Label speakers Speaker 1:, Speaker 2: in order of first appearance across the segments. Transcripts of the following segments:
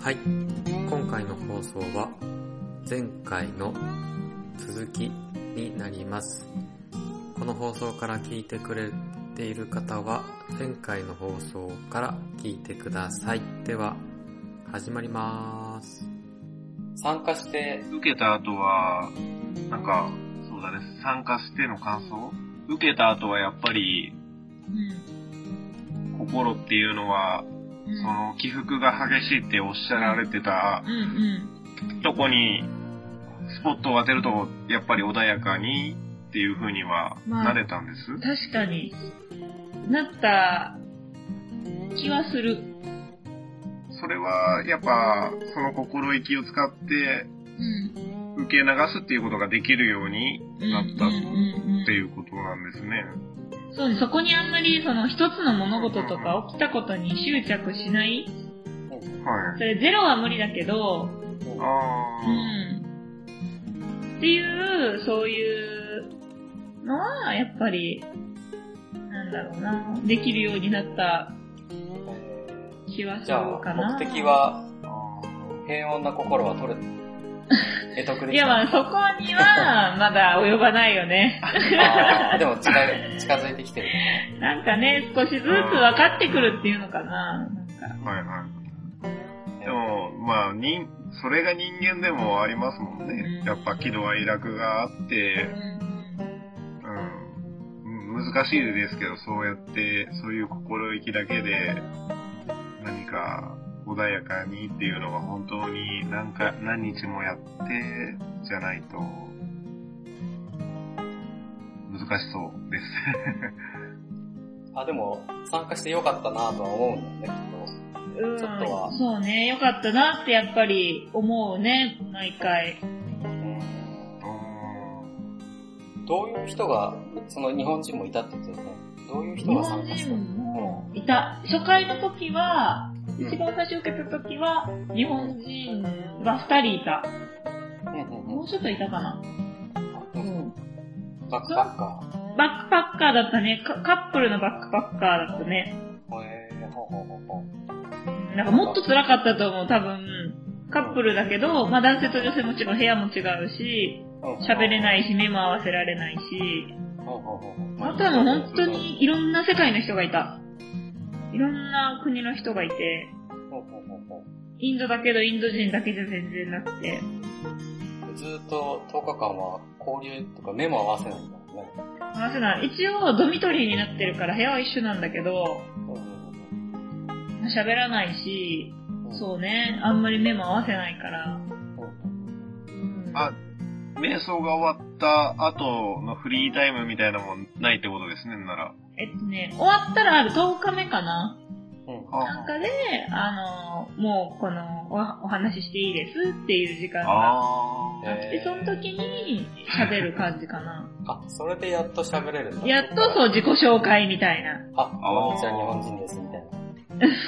Speaker 1: はい今回の放送は前回の続きになりますこの放送から聞いてくれている方は前回の放送から聞いてくださいでは始まります参加して
Speaker 2: 受けた後は、なんか、そうだね、参加しての感想受けた後はやっぱり、
Speaker 3: うん。
Speaker 2: 心っていうのは、
Speaker 3: うん
Speaker 2: その起伏が激しいっておっしゃられてた
Speaker 3: うんうん。
Speaker 2: とこに、スポットを当てると、やっぱり穏やかにっていう風には、
Speaker 3: まあ
Speaker 2: なれたんです、
Speaker 3: 確かになった気はする。
Speaker 2: それは、やっぱ、その心意気を使って、
Speaker 3: うん。
Speaker 2: 受け流すっていうことができるようになった
Speaker 3: うん
Speaker 2: っ
Speaker 3: うんうん
Speaker 2: ていうことなんですね。
Speaker 3: そうね、そこにあんまりその一つの物事とか起きたことに執着しない。
Speaker 2: はい
Speaker 3: そ。れゼロは無理だけど、
Speaker 2: あ
Speaker 3: う
Speaker 2: ー
Speaker 3: ん。っていう、そういうのは、やっぱり、なんだろうな、できるようになった気はす
Speaker 1: じ
Speaker 3: る
Speaker 1: ゃあ
Speaker 3: かな。
Speaker 1: 目的は
Speaker 2: あー。
Speaker 1: 平穏な心は取る 得得で
Speaker 3: い
Speaker 1: き
Speaker 3: やま
Speaker 1: た
Speaker 3: あそこにはまだ及ばない よね。
Speaker 1: あーでも近い近づいてきてる
Speaker 3: なんかね、少しずつ分かってくるっていうのかな。なんか
Speaker 2: はいはい。でも、まあ、人、それが人間でもありますもんね。やっぱ喜怒哀楽があって、うん、うん難しいですけど、そうやって、そういう心意気だけで、何か穏やかにっていうのは本当に何か、何日もやって、じゃないと、難しそうです。
Speaker 4: あ、でも、参加してよかったなとは思うんだよね、きっ
Speaker 3: うん、
Speaker 4: ちょっとは
Speaker 3: そうね、よかったなってやっぱり思うね、毎回。
Speaker 2: うん
Speaker 4: と。どういう人が、その日本人もいたってことだよね。どういう人
Speaker 3: 日
Speaker 4: が
Speaker 3: 本
Speaker 4: 参加した
Speaker 3: 人もいた。初回の時は、一番最初受けた時は、日本人は二人いた。
Speaker 4: うんうん
Speaker 3: もうちょっといたかな。
Speaker 4: う。
Speaker 3: うんん
Speaker 4: バックパッカ
Speaker 3: バックパッカーだったね。カカップルのバックパッカーだったね。
Speaker 4: ー。へえー、ほうほうほうほう。。
Speaker 3: なんかもっと辛かったと思う、多分。カップルだけど、まあ男性と女性もちろん部屋も違うし、喋れないいし、目も合わせられないし、
Speaker 4: ほうほうほうほう
Speaker 3: あとはもう本当。にいろんな世界の人がいた。いろんな国の人がいて、
Speaker 4: ほうほうほうほ
Speaker 3: インドだけどインド人だけじゃ全然なくて、
Speaker 4: うずーっと10日間は交流とか目も合わせないんだもんね。
Speaker 3: 合わせない。一応ドミトリーになってるから部屋は一緒なんだけど、
Speaker 4: うん
Speaker 3: まあ喋らないし、
Speaker 4: うんうん。
Speaker 3: そうね、あんまり目も合わせないから。うん
Speaker 2: あ瞑想が終わった後のフリータイムみたいなもんないってことですね、なら。
Speaker 3: えっとね、終わったらある10日目かな。
Speaker 4: うん。
Speaker 2: あ
Speaker 3: なんかで、あの、もうこのおお話ししていいですっていう時間が
Speaker 2: あ
Speaker 3: あって、その時に喋る感じかな。
Speaker 4: あ、それでやっと喋れるんだ。
Speaker 3: やっとそう自己紹介みたいな。
Speaker 4: あ、こんにちは日本人です、みたいな。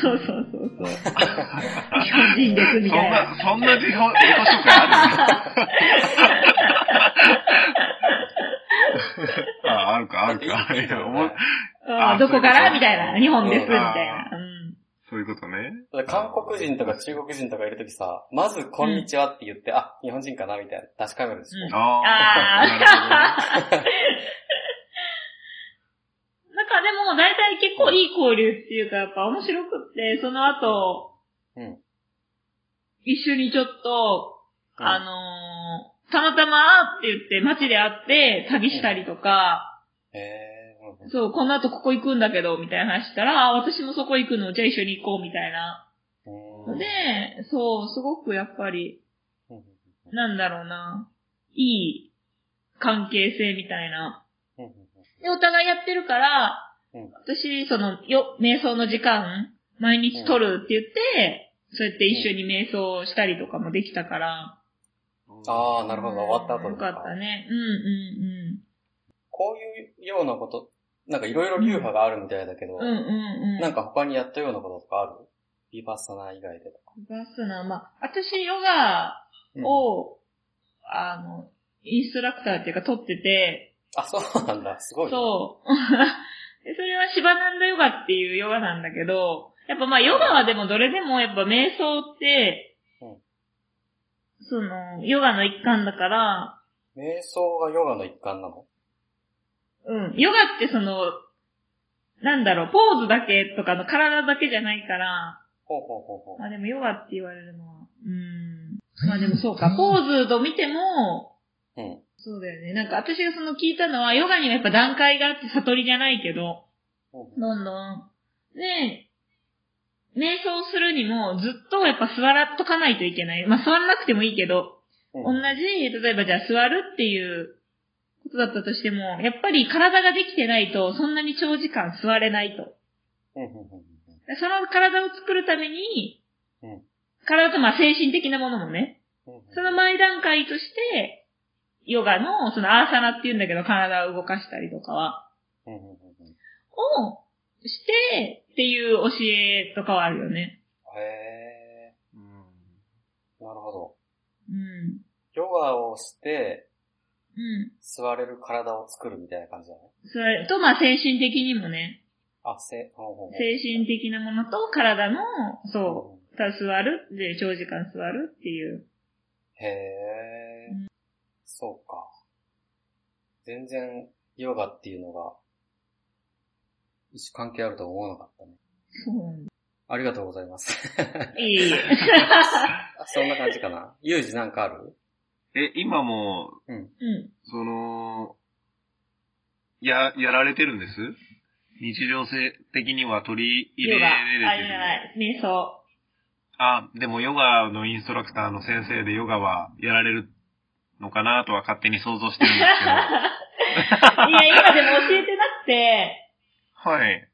Speaker 3: そうそうそうそう。日本人です
Speaker 2: ー
Speaker 3: み
Speaker 2: そん
Speaker 3: たいな。
Speaker 2: な、そんな自己自己紹介 あるあ、あるか、あるか。いやおも
Speaker 3: あ
Speaker 2: あ
Speaker 3: どこか
Speaker 2: そういうこと
Speaker 3: らみたいな。日本ですみ
Speaker 4: うん
Speaker 3: たいな。うん
Speaker 2: そういうことね。
Speaker 4: 韓国人とか中国人とかいるときさ、まずこんにちはって言って、あ、日本人かなみたいな。確かめるでしょ。
Speaker 2: あ
Speaker 3: あ
Speaker 2: あ。なる
Speaker 3: ー なんかでも大体結構いい交流っていうかやっぱ面白くって、その後、
Speaker 4: うん
Speaker 3: 一緒にちょっと、
Speaker 4: うん
Speaker 3: あのーたまたま会って言って街で会って旅したりとか、
Speaker 4: えーうん
Speaker 3: そう、この後ここ行くんだけど、みたいな話したら、あ、私もそこ行くの、じゃあ一緒に行こう、みたいな。
Speaker 4: うん
Speaker 3: ので、そう、すごくやっぱり、
Speaker 4: うん
Speaker 3: なんだろうな、いい関係性みたいな。
Speaker 4: うん
Speaker 3: で、お互いやってるから、
Speaker 4: うん
Speaker 3: 私、その、よ、瞑想の時間、毎日取るって言って、そうやって一緒に瞑想したりとかもできたから。
Speaker 2: ほど
Speaker 4: ああ、なるほど。終わった後
Speaker 3: よ
Speaker 4: と
Speaker 3: か
Speaker 4: か
Speaker 3: ったね。うんう
Speaker 4: こういうようなこと、なんかいろいろ流派があるみたいだけど、
Speaker 3: んうん。うんうんうん。
Speaker 4: なんか他にやったようなこととかあるビパッサナー以外でとか。
Speaker 3: バスな、まあ、私、ヨガ
Speaker 4: うん
Speaker 3: をあの、インストラクターっていうか取ってて、
Speaker 4: あ、そうなんだ。すごい、ね。
Speaker 3: そう。 でそれはシバナンダヨガっていうヨガなんだけど、やっぱまあヨガはでもどれでもやっぱ瞑想って、
Speaker 4: うん
Speaker 3: その、ヨガの一環だから、
Speaker 4: 瞑想がヨガの一環なの
Speaker 3: うん、ヨガってその、なんだろう、ポーズだけとかの体だけじゃないから、
Speaker 4: ほうほうほうほう。
Speaker 3: まあでもヨガって言われるのは、うん。まあでもそうか、ポーズと見ても、
Speaker 4: うん。
Speaker 3: そうだよね。なんか私がその聞いたのは、ヨガにはやっぱ段階があって悟りじゃないけど、
Speaker 4: うん
Speaker 3: どんどん。ねえ、瞑想するにもずっとやっぱ座らっとかないといけない。まあ座らなくてもいいけど、同
Speaker 4: うん。
Speaker 3: じ、例えばじゃあ座るっていうことだったとしても、やっぱり体ができてないとそんなに長時間座れないと。
Speaker 4: うんうんうん
Speaker 3: でその体を作るために、
Speaker 4: うん
Speaker 3: 体とまあ精神的なものもね、
Speaker 4: うんうん
Speaker 3: その前段階として、ヨガのそのアーサナって言うんだけど体を動かしたりとかは、
Speaker 4: うんうんうんうん
Speaker 3: をしてっていう教えとかはあるよね。
Speaker 4: へー。なるほど。
Speaker 3: うん。
Speaker 4: ヨガをして、
Speaker 3: うん。
Speaker 4: 座れる体を作るみたいな感じだね。
Speaker 3: それと、まあ精神的にもね、
Speaker 4: あ、せ、ほうほうほう。
Speaker 3: 精神的なものと体の、
Speaker 4: うん
Speaker 3: そう、ただ座る、で、長時間座るっていう。
Speaker 4: へえ、そうか。全然、ヨガっていうのが、一種関係あるとは思わなかったね。
Speaker 3: そうなんだ。
Speaker 4: ありがとうございます。
Speaker 3: いえいえ。
Speaker 4: そんな感じかな。ユージなんかある
Speaker 2: え、今も、
Speaker 3: うん。
Speaker 2: その、や、やられてるんです日常性的には取り入れ
Speaker 3: ヨガ。
Speaker 2: ら
Speaker 3: あ
Speaker 2: れ
Speaker 3: れ
Speaker 2: て
Speaker 3: じ
Speaker 2: る
Speaker 3: ゃ。ない。瞑想。
Speaker 2: あ、でもヨガのインストラクターの先生でヨガはやられるのかなとは勝手に想像してるんですけど。
Speaker 3: いや、今でも教えてなくて、
Speaker 2: はい。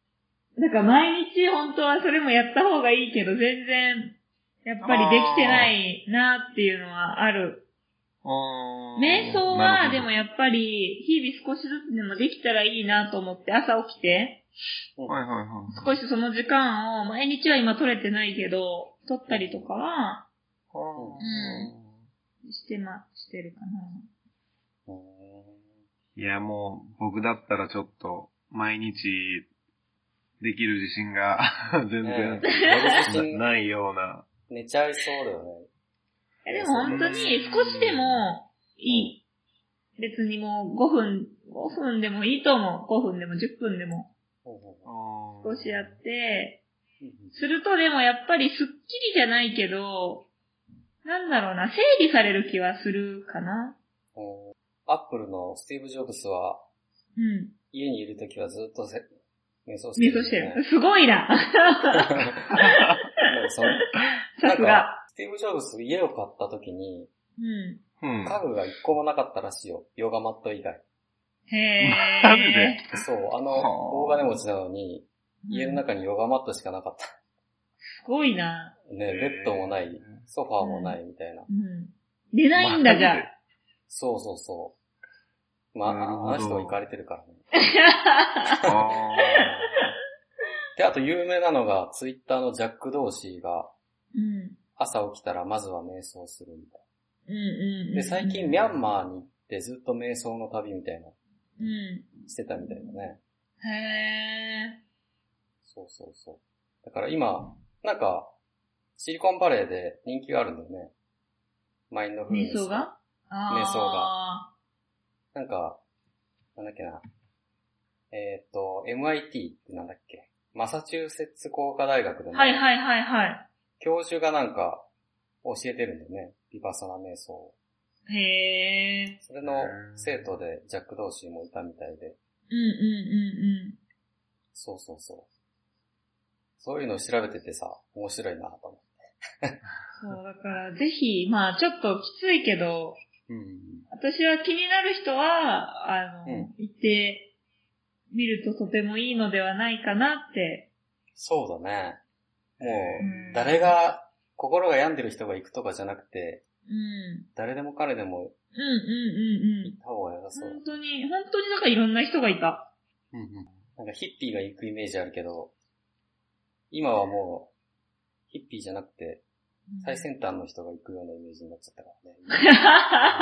Speaker 3: だから毎日本当はそれもやった方がいいけど、全然、やっぱりできてないなっていうのはある。
Speaker 2: あー
Speaker 3: 瞑想
Speaker 2: な
Speaker 3: は、
Speaker 2: る
Speaker 3: で
Speaker 2: ほど
Speaker 3: もやっぱり、日々少しずつでもできたらいいなと思って、朝起きて、
Speaker 2: はいはいはい。
Speaker 3: 少しその時間を、毎日は今取れてないけど、取ったりとかは、
Speaker 2: は
Speaker 3: してま、してるかな。
Speaker 4: うーん
Speaker 2: あいやもう、僕だったらちょっと、毎日、できる自信が 全
Speaker 4: ねえ寝
Speaker 2: 然
Speaker 4: る時間
Speaker 2: ないような。
Speaker 4: 寝ちゃいそうだよね。
Speaker 3: いやでも本当に、少しでも、いい。別にもう5分、5分でもいいと思う。5分でも10分でも、
Speaker 4: ほうほうほ
Speaker 2: 少
Speaker 3: 少しやって、
Speaker 4: う
Speaker 3: するとでもやっぱりスッキリじゃないけど、なんだろうな、整理される気はするかな。
Speaker 4: ほうアップルのスティーブ・ジョブスは、
Speaker 3: うん。
Speaker 4: 家にいるときはずっとせ瞑想して
Speaker 3: 瞑
Speaker 4: る、
Speaker 3: 想してる。。すごいな。
Speaker 4: なんかその
Speaker 3: さす
Speaker 4: なん
Speaker 3: が。
Speaker 4: スティーブ・ジョブス家を買ったときに、
Speaker 3: うん。
Speaker 2: うん。
Speaker 4: 家具が一個もなかったらしいよ。ヨガマット以 外。
Speaker 3: へー。
Speaker 2: マジで
Speaker 4: そう、あの、
Speaker 2: はあ
Speaker 4: 大金持ちなのに、
Speaker 3: うん
Speaker 4: 家の中にヨガマットしかなかった。
Speaker 3: すごいな。
Speaker 4: ね、ベッドもない、ソファーもないみたいな。
Speaker 3: うん。出ないんだじゃあ。
Speaker 4: そうそうそう。まあ、
Speaker 2: なるほど
Speaker 4: あの人は行かれてるからね。
Speaker 2: あ
Speaker 4: で、あと有名なのが、ツイッターのジャック・ドーシーが、
Speaker 3: うん。
Speaker 4: 朝起きたらまずは瞑想するみたい
Speaker 3: うんうんうん。
Speaker 4: な。で、最近ミャンマーに行ってずっと瞑想の旅みたいな、
Speaker 3: う
Speaker 4: してたみたいなね。
Speaker 3: ん。へ
Speaker 4: そうそうそう。だから今、なんか、シリコンバレーで人気があるんだよね。マインド
Speaker 3: ー。
Speaker 4: フルネス。
Speaker 3: 瞑想があー
Speaker 4: 瞑想が。なんか、なんだっけな。えっ、と、MIT ってなんだっけマサチューセッツ工科大学で、ね
Speaker 3: はいはいはいは
Speaker 4: 教授がなんか教えてるんだよね。ビパソナ瞑想を
Speaker 3: い。へー。
Speaker 4: それの生徒でジャック・ドーシーもいたみたいで。
Speaker 3: うんうん
Speaker 4: そうそうそう。そういうのを調べててさ、面白いなと思って。
Speaker 3: うんうん。そう、だから、ぜひ、まあちょっときついけど、
Speaker 4: うん。
Speaker 3: 私は気になる人は、あの、
Speaker 4: うん
Speaker 3: 行ってみるととてもいいのではないかなって。
Speaker 4: そうだね。も
Speaker 3: う
Speaker 4: う、
Speaker 3: ん
Speaker 4: 誰が、心が病んでる人が行くとかじゃなくて、
Speaker 3: うん。うん
Speaker 4: 誰でも彼でも
Speaker 3: うんうんうん
Speaker 4: 行っ。た方が良さそうだ
Speaker 3: 本。当に、本当になんかいろんな人がいた。
Speaker 4: うんうん。なんかヒッピーが行くイメージあるけど、今はもう、ヒッピーじゃなくて、最先端の人が行くようなイメージになっちゃったからね。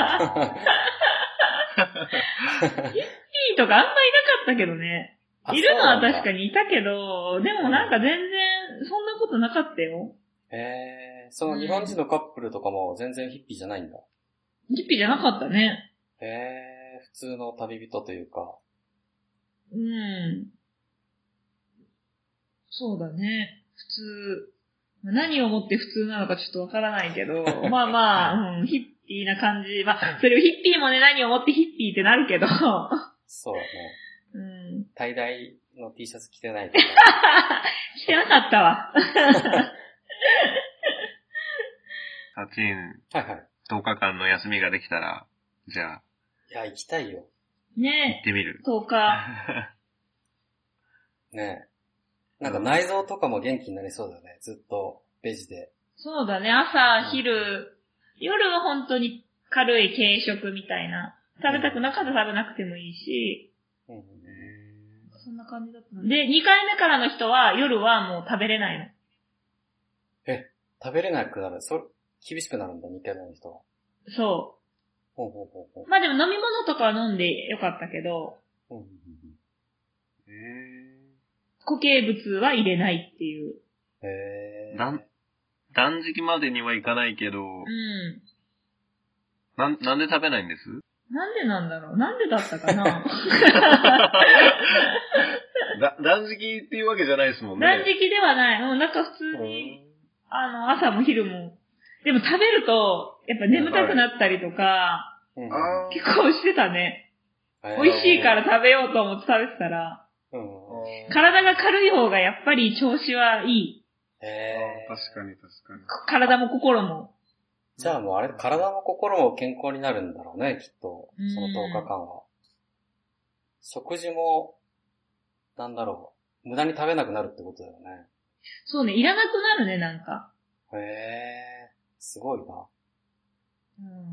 Speaker 3: ヒーとかあんまいなかったけどね。
Speaker 4: あ
Speaker 3: いるのは
Speaker 4: そうなんだ
Speaker 3: 確かにいたけど、でもなんか全然そんなことなかったよ。
Speaker 4: えー、その日本人のカップルとかも全然ヒッピーじゃないんだ。
Speaker 3: ヒッピーじゃなかったね。
Speaker 4: えー、普通の旅人というか。
Speaker 3: うん。そうだね。普通。まあ何をもって普通なのかちょっとわからない けど、まあまあ、うん、ヒッピーな感じ。まあ、それをヒッピーもね、何をもってヒッピーってなるけど、
Speaker 4: そうだね。
Speaker 3: うん。
Speaker 4: 大大の T シャツ着てないから。
Speaker 3: してなかったわ。
Speaker 2: サチン、
Speaker 4: はいはい。
Speaker 2: 10日間の休みができたら、じゃあ、
Speaker 4: いや、行きたいよ。
Speaker 2: 行っ
Speaker 3: ね
Speaker 2: てみる。
Speaker 3: 10日。
Speaker 4: ねえ。なんか内臓とかも元気になりそうだね。ずっとベジで。
Speaker 3: そうだね、朝、昼、夜は本当に軽い軽食みたいな。食べたくなかったら食べなくてもいいし、
Speaker 4: うんうん
Speaker 2: えー
Speaker 3: そんな感じだったので、2回目からの人は夜はもう食べれないの。
Speaker 4: 食べれなくなる。それ、厳しくなるんだ、2回目の人は。
Speaker 3: そ
Speaker 4: ほうほうほうほう
Speaker 3: う。まあでも飲み物とかは飲んでよかったけど、
Speaker 4: うんうんうん
Speaker 2: え
Speaker 3: 固形物は入れないってい
Speaker 4: う
Speaker 3: う。
Speaker 4: ん。へ
Speaker 2: ー
Speaker 4: え。
Speaker 2: 断、断食までにはいかないけど、
Speaker 3: う
Speaker 2: なん、なんで食べないんです
Speaker 3: ん。なんでなんだろうなんでだったか な
Speaker 2: だ、断食っていうわけじゃないですもんね。
Speaker 3: 断食ではない。うん、なんか普通に、あの、朝も昼も。でも食べると、やっぱ眠たくなったりとか、
Speaker 4: うん
Speaker 2: あー
Speaker 3: 結構してたね。美味しいか。ら食べようと思って食べてたら、
Speaker 4: うん。
Speaker 3: 体が軽い方がやっぱり調子はいい。
Speaker 4: へ
Speaker 2: あ
Speaker 4: え
Speaker 2: ー。確かに確かに。
Speaker 3: 体も心も。
Speaker 4: じゃあもうあれ、体も心も健康になるんだろうね、きっと。
Speaker 3: うん
Speaker 4: その10日間は。食事も、なんだろう。無駄に食べなくなるってことだよね。
Speaker 3: そうね、いらなくなるね、なんか。
Speaker 4: へえ。すごいな。
Speaker 3: うん。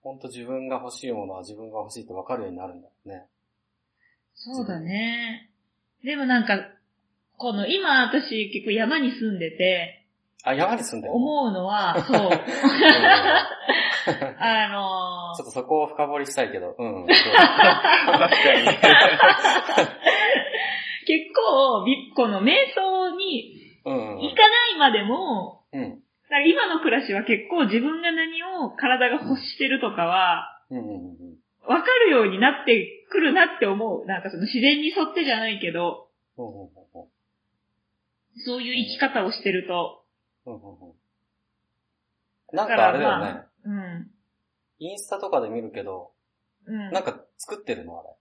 Speaker 4: ほんと自分が欲しいものは自分が欲しいって分かるようになるんだよね。
Speaker 3: そうだね。でもなんか、この今私結構山に住んでて、
Speaker 4: あ、山に住んでるの
Speaker 3: 思うの は、そう、
Speaker 4: うんち
Speaker 3: あ
Speaker 4: ょっ
Speaker 3: の
Speaker 4: とそこを深掘りしたいけど、うん、うん。どう
Speaker 2: 確かに。
Speaker 3: 結構、びこの瞑想に
Speaker 4: うんうん
Speaker 3: 行かないまでも、
Speaker 4: うん。うん
Speaker 3: なんか今の暮らしは結構自分が何を体が欲してるとかは、
Speaker 4: うんうんうん。
Speaker 3: わかるようになってくるなって思う。なんかその自然に沿ってじゃないけど、
Speaker 4: うんうんうん
Speaker 3: そういう生き方をしてると。
Speaker 4: うんうんうんなんかあれだよ
Speaker 3: だから
Speaker 4: ね。
Speaker 3: うん。
Speaker 4: インスタとかで見るけど、
Speaker 3: うん。
Speaker 4: なんか作ってるのあれ。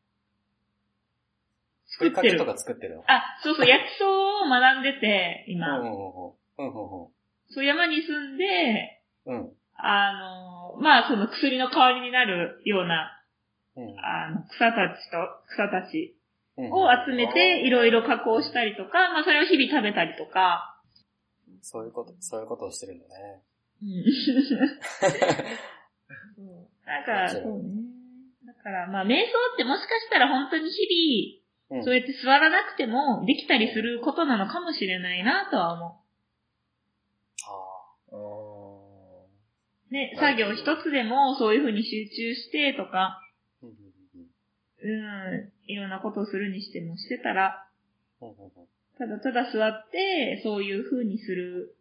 Speaker 4: ふ
Speaker 3: 作
Speaker 4: り
Speaker 3: っ
Speaker 4: か
Speaker 3: て
Speaker 4: けと
Speaker 3: る。
Speaker 4: か作ってるの。
Speaker 3: あ、そうそう、薬草を学んでて、今。
Speaker 4: うんうんう
Speaker 3: そう、山に住んで、
Speaker 4: んうん。うんうん
Speaker 3: あの、まあ、その薬の代わりになるような、
Speaker 4: うん。
Speaker 3: あの、草たちと、草たち
Speaker 4: うん。
Speaker 3: を集めて、いろいろ加工したりとか、まあ、それを日々食べたりとか、
Speaker 4: そういうこと、そういうことをしてるんだね。
Speaker 3: うん。なんか、そうね。だから、まあ、瞑想ってもしかしたら本当に日
Speaker 4: う
Speaker 3: 々、
Speaker 4: ん
Speaker 3: そうやって座らなくてもできたりすることなのかもしれないなとは思
Speaker 4: あ
Speaker 2: あー
Speaker 3: う。ね、
Speaker 2: はい
Speaker 3: 作業一つでもそういう風に集中してとか、
Speaker 4: ーうんうん
Speaker 3: うん、いろんなことをするにしてもしてたら、
Speaker 4: うんうんうん
Speaker 3: ただただ座って、そういう風にする、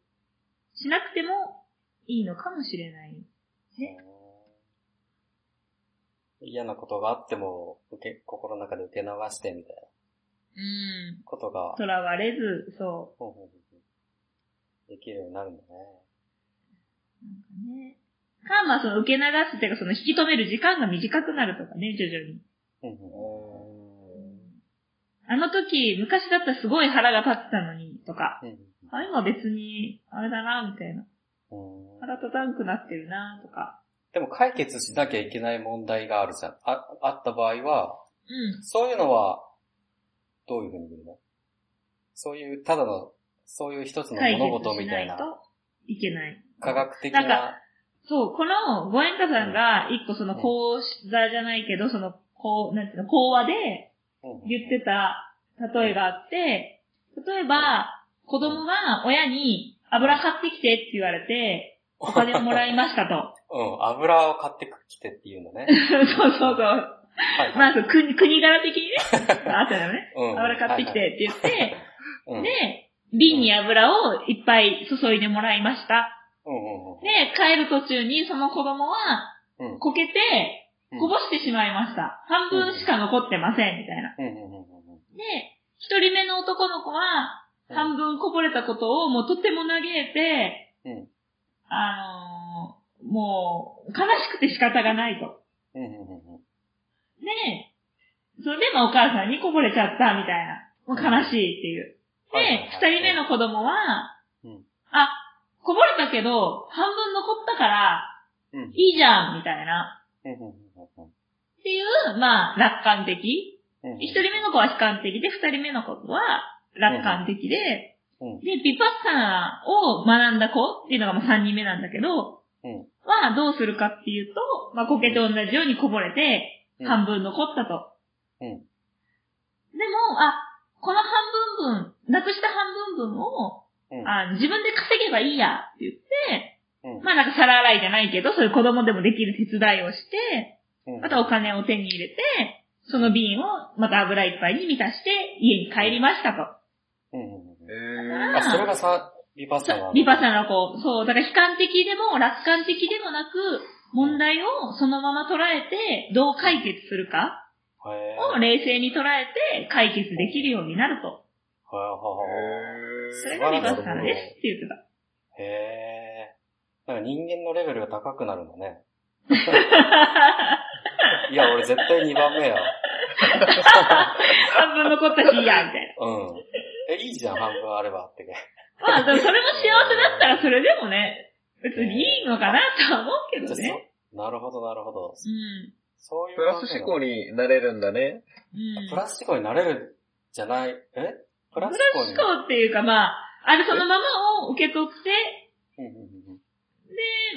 Speaker 3: しなくてもいいのかもしれない。ね
Speaker 4: うん嫌なことがあっても、受け、心の中で受け流してみたいな
Speaker 3: うん。
Speaker 4: ことが、
Speaker 3: 囚われず、そ
Speaker 4: うんうんうんできるようになるんだね。
Speaker 3: う。なんかね。か、まあその受け流すっていうか、その引き止める時間が短くなるとかね、徐々に。
Speaker 4: うんうん
Speaker 3: あの時、昔だったらすごい腹が立ってたのに、とか。
Speaker 4: うん
Speaker 3: あ、今別に、あれだな、みたいな。
Speaker 4: うんうん
Speaker 3: 腹立たんくなってるな、とか。
Speaker 4: でも解決しなきゃいけない問題があるじゃん。あ、あった場合は、
Speaker 3: うん。
Speaker 4: そういうのは、どういうふうに見るのそういう、ただの、そういう一つの
Speaker 3: 解
Speaker 4: 物
Speaker 3: 決
Speaker 4: 事
Speaker 3: し
Speaker 4: みた
Speaker 3: ないい
Speaker 4: な、
Speaker 3: といけない。
Speaker 4: 科学的
Speaker 3: なん
Speaker 4: な
Speaker 3: か、そう、この、ご縁家さんが、一個その講座じゃないけど、その、こう、なんていうの、講話で
Speaker 4: うんうん
Speaker 3: 言ってた例えがあって、例えば、子供が親に、油買ってきてって言われて、お金をもらいましたと。
Speaker 4: うん、油を買ってきてっていうのね。
Speaker 3: そうそうそう。
Speaker 4: はいはい。
Speaker 3: まあ、そう国国柄 的にね、あったよね。
Speaker 4: うん
Speaker 3: 油買ってきてっ。て言って、
Speaker 4: はいはいうん
Speaker 3: で、瓶に油をいっぱい注いでもらいました。で、帰る途中にその子供は、
Speaker 4: うんうんうん。うん
Speaker 3: こけて、
Speaker 4: うん
Speaker 3: こぼしてしまいました。半分しか残ってません、みたいな。
Speaker 4: うんうんうんうん。
Speaker 3: で、一人目の男の子は、半分こぼれたことをもうとても嘆いて、
Speaker 4: うん
Speaker 3: あのーもう、悲しくて仕方がないと。
Speaker 4: うんうんうんうん。
Speaker 3: ねえ。それで、まあお母さんにこぼれちゃった、みたいな。もう悲しいっていう。
Speaker 4: は
Speaker 3: で、二、
Speaker 4: いはいはい
Speaker 3: 人目の子供は、
Speaker 4: うん
Speaker 3: あ、こぼれたけど、半分残ったから、
Speaker 4: うん
Speaker 3: いいじゃん、みたいな。
Speaker 4: うんうんうん
Speaker 3: っていう、まあ、楽観的。
Speaker 4: うんうん。
Speaker 3: 一人目の子は悲観的で、二人目の子は楽観的で、
Speaker 4: うん
Speaker 3: で、ビパッサナーを学んだ子っていうのがまあ三人目なんだけど、
Speaker 4: うん
Speaker 3: はどうするかっていうと、まあ、コケと同じようにこぼれて、
Speaker 4: うん
Speaker 3: 半分残ったと。
Speaker 4: うん
Speaker 3: でも、あ、この半分分、なくした半分分を、
Speaker 4: うん
Speaker 3: あ自分で稼げばいいやって言って、
Speaker 4: うん
Speaker 3: まあなんか皿洗いじゃないけど、そういう子供でもできる手伝いをして、
Speaker 4: うん
Speaker 3: またお金を手に入れて、その瓶をまた油いっぱいに満たして家に帰りましたと。
Speaker 4: うんうんうん
Speaker 2: え
Speaker 4: あ、それがさ、リパッサナーの。
Speaker 3: リパさんのこう、そう、だから悲観的でも楽観的でもなく、問題をそのまま捉えて、どう解決するか
Speaker 4: へー
Speaker 3: を冷静に捉えて解決できるようになると。
Speaker 4: は
Speaker 3: それがリバーサナですって言って た。
Speaker 4: いはいはい。へー。なんか人間のレベルが高くなるんだね。いや、俺絶対2番目や。
Speaker 3: 半分残ったし、いいや、みたい
Speaker 4: うん。え、いいじゃん、半分あればって。
Speaker 3: な。まあ、でもそれも幸せだったらそれでもね、別にいいのかなとは思うけど
Speaker 4: じゃあ
Speaker 3: ね。
Speaker 4: そなるほど、なるほど。
Speaker 3: うん。
Speaker 4: そういう
Speaker 2: プラス思考
Speaker 4: に。
Speaker 2: になれるんだね。
Speaker 3: うん。
Speaker 4: プラス思考になれるじゃない、えプラス思考に。
Speaker 3: 思考っていうか、まあ、あれそのままを受け取って、
Speaker 4: うんうん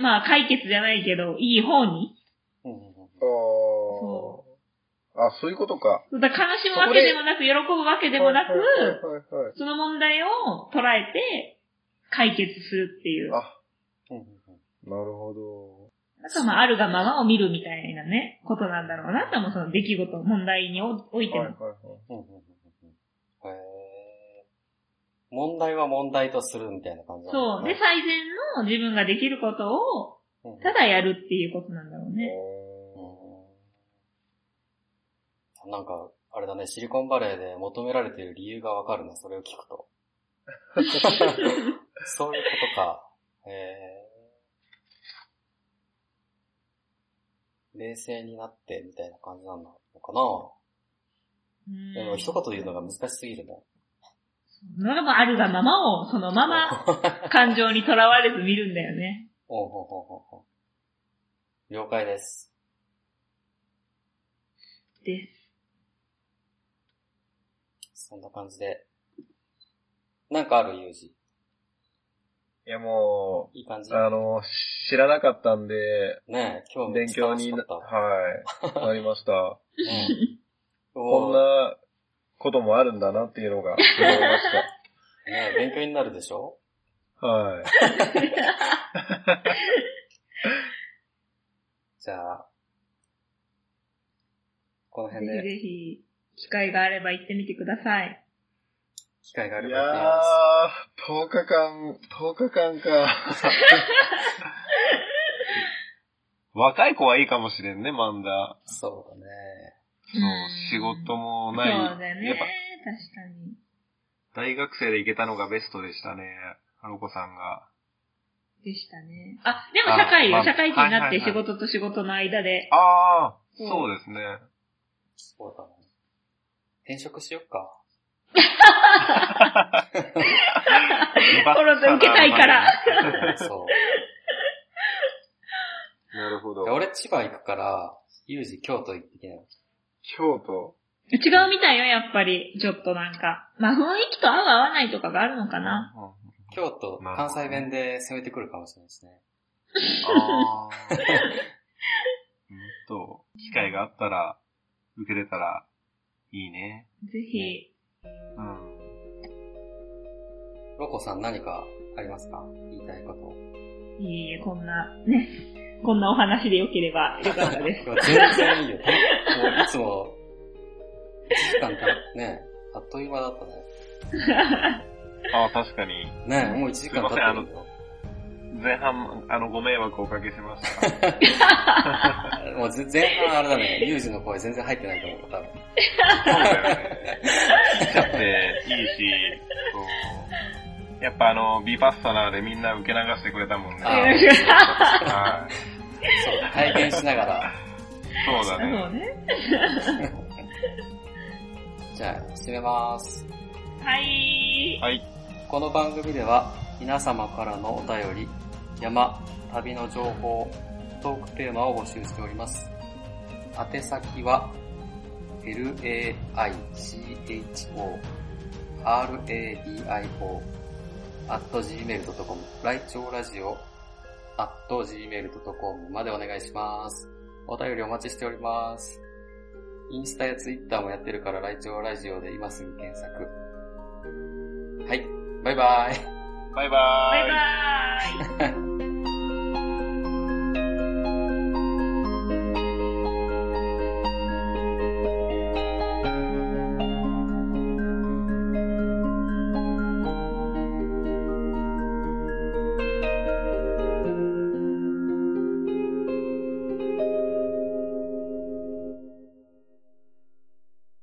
Speaker 3: まあ、解決じゃないけど、いい方に。
Speaker 4: うんうんうんうん
Speaker 2: あ
Speaker 3: そ
Speaker 2: あ。あ、そういうことか。
Speaker 3: だから悲しむわけでもなく、喜ぶわけでもな
Speaker 2: はいはい
Speaker 3: く、
Speaker 2: はいはい
Speaker 3: その問題を捉えて、解決するっていう。
Speaker 2: あ、
Speaker 4: うんうん。
Speaker 2: なるほど。
Speaker 3: なんかまあ、あるがままを見るみたいなね、ことなんだろうなとも、その出来事、問題において
Speaker 2: はい
Speaker 3: も。
Speaker 2: はいはい。
Speaker 4: うんうんうんうんへえ。問題は問題とするみたいな感じ
Speaker 3: そう。で、最善の自分ができることを、
Speaker 4: う
Speaker 3: ただやるっていうことなんだろうね。
Speaker 4: うんなんか、あれだね、シリコンバレーで求められている理由がわかるな、それを聞く と。そういうことか。へえ。冷静になって、みたいな感じなのかな。
Speaker 3: うん
Speaker 4: でも一言で言うのが難しすぎるね。
Speaker 3: なんかもうあるがままを、そのまま、感情にとらわれず見るんだよね。
Speaker 4: おうほうほうほうほう了解です。
Speaker 3: で
Speaker 4: そんな感じで。なんかある、ユージ。
Speaker 2: いやも
Speaker 4: いい感じ
Speaker 2: う、あの、知らなかったんで、
Speaker 4: ねえ、今日めっ
Speaker 2: 勉
Speaker 4: ちゃ
Speaker 2: 強
Speaker 4: 楽し
Speaker 2: に
Speaker 4: か
Speaker 2: な、
Speaker 4: った。
Speaker 2: はい、なり ました。
Speaker 4: うん
Speaker 2: こん
Speaker 4: ね
Speaker 2: なこともあるんだなっていうのが、思いまし
Speaker 4: え勉強になるでしょ
Speaker 2: た。はい。
Speaker 4: じゃあ、この
Speaker 3: す。
Speaker 4: 辺
Speaker 3: ぜ
Speaker 4: で
Speaker 3: ひぜひ、機会があれば行ってみてください。
Speaker 4: 機会があれ
Speaker 2: い
Speaker 4: ば
Speaker 2: や
Speaker 4: や
Speaker 2: ー
Speaker 4: ってみま、
Speaker 2: 10日間、10日 間か。若い子はいいかもしれんね、まんだ。
Speaker 4: す。そうだね。
Speaker 2: そう、仕事も
Speaker 3: そう
Speaker 2: ない。
Speaker 3: だ
Speaker 2: や
Speaker 3: ね
Speaker 2: っ。
Speaker 3: 確かに。
Speaker 2: ぱ、大学生で行けたのがベストでしたね。ハロコさんが。
Speaker 3: でしたね。あ、でも社会
Speaker 2: あま
Speaker 3: よ。
Speaker 2: あ
Speaker 3: 社会人になっ
Speaker 2: はい
Speaker 3: て
Speaker 2: はいは
Speaker 3: 仕
Speaker 2: い
Speaker 3: 事と仕事の間で。
Speaker 2: ああ、
Speaker 3: うん
Speaker 2: そうです ね。
Speaker 4: そうだね。転職しよっか。
Speaker 3: コロナ受けたいから。
Speaker 4: そ
Speaker 2: なるほ
Speaker 4: う。
Speaker 2: ど
Speaker 4: で俺千葉行くから、ユージ京都行ってきなよ。
Speaker 2: 京都
Speaker 3: 違うみたいよ、やっぱり。ちょっとなんか。まあ雰囲気と合う合わないとかがあるのかな。
Speaker 2: うん
Speaker 4: 京都、
Speaker 2: なるほ
Speaker 4: 関
Speaker 2: ど
Speaker 4: 西弁で攻めてくるかもしれないですね。
Speaker 2: あーうんと、機会があったら、受けれたら、いいね。
Speaker 3: ぜひ。
Speaker 2: うん。
Speaker 4: ロコさん何かありますか言いたいこと。
Speaker 3: いえいえ、こんな、ね、こんなお話でよければよかった です。
Speaker 4: 全然いいよ。もういつも、1時間た、ね、あっという間だったね。
Speaker 2: ああ、確かに。
Speaker 4: ねもう1時間経ってるよ。
Speaker 2: 前半、あの、ご迷惑をおかけしました。
Speaker 4: もうぜ前半あれだね、ユージの声全然入ってないと思う、多分。
Speaker 2: そうだよ ね。来ちゃっていいし、そう。やっぱあの、ビパッサナーでみんな受け流してくれたもんね。
Speaker 4: あ
Speaker 2: はい
Speaker 4: ーそう、体験しながら。
Speaker 2: そうだ
Speaker 3: そ
Speaker 2: ね。
Speaker 3: うね。
Speaker 4: じゃあ、締めます。
Speaker 3: はい。
Speaker 2: はい。
Speaker 4: この番組では皆様からのお便り、山、旅の情報、トークテーマを募集しております。宛先は、laicho, radio, at gmail.com、来庁ラジオ、at gmail.com までお願いします。お便りお待ちしております。インスタやツイッターもやってるから、来庁ラジオで今すぐ検索。はい、バイバイ。
Speaker 2: バイバーイ
Speaker 3: バイ。バーイ。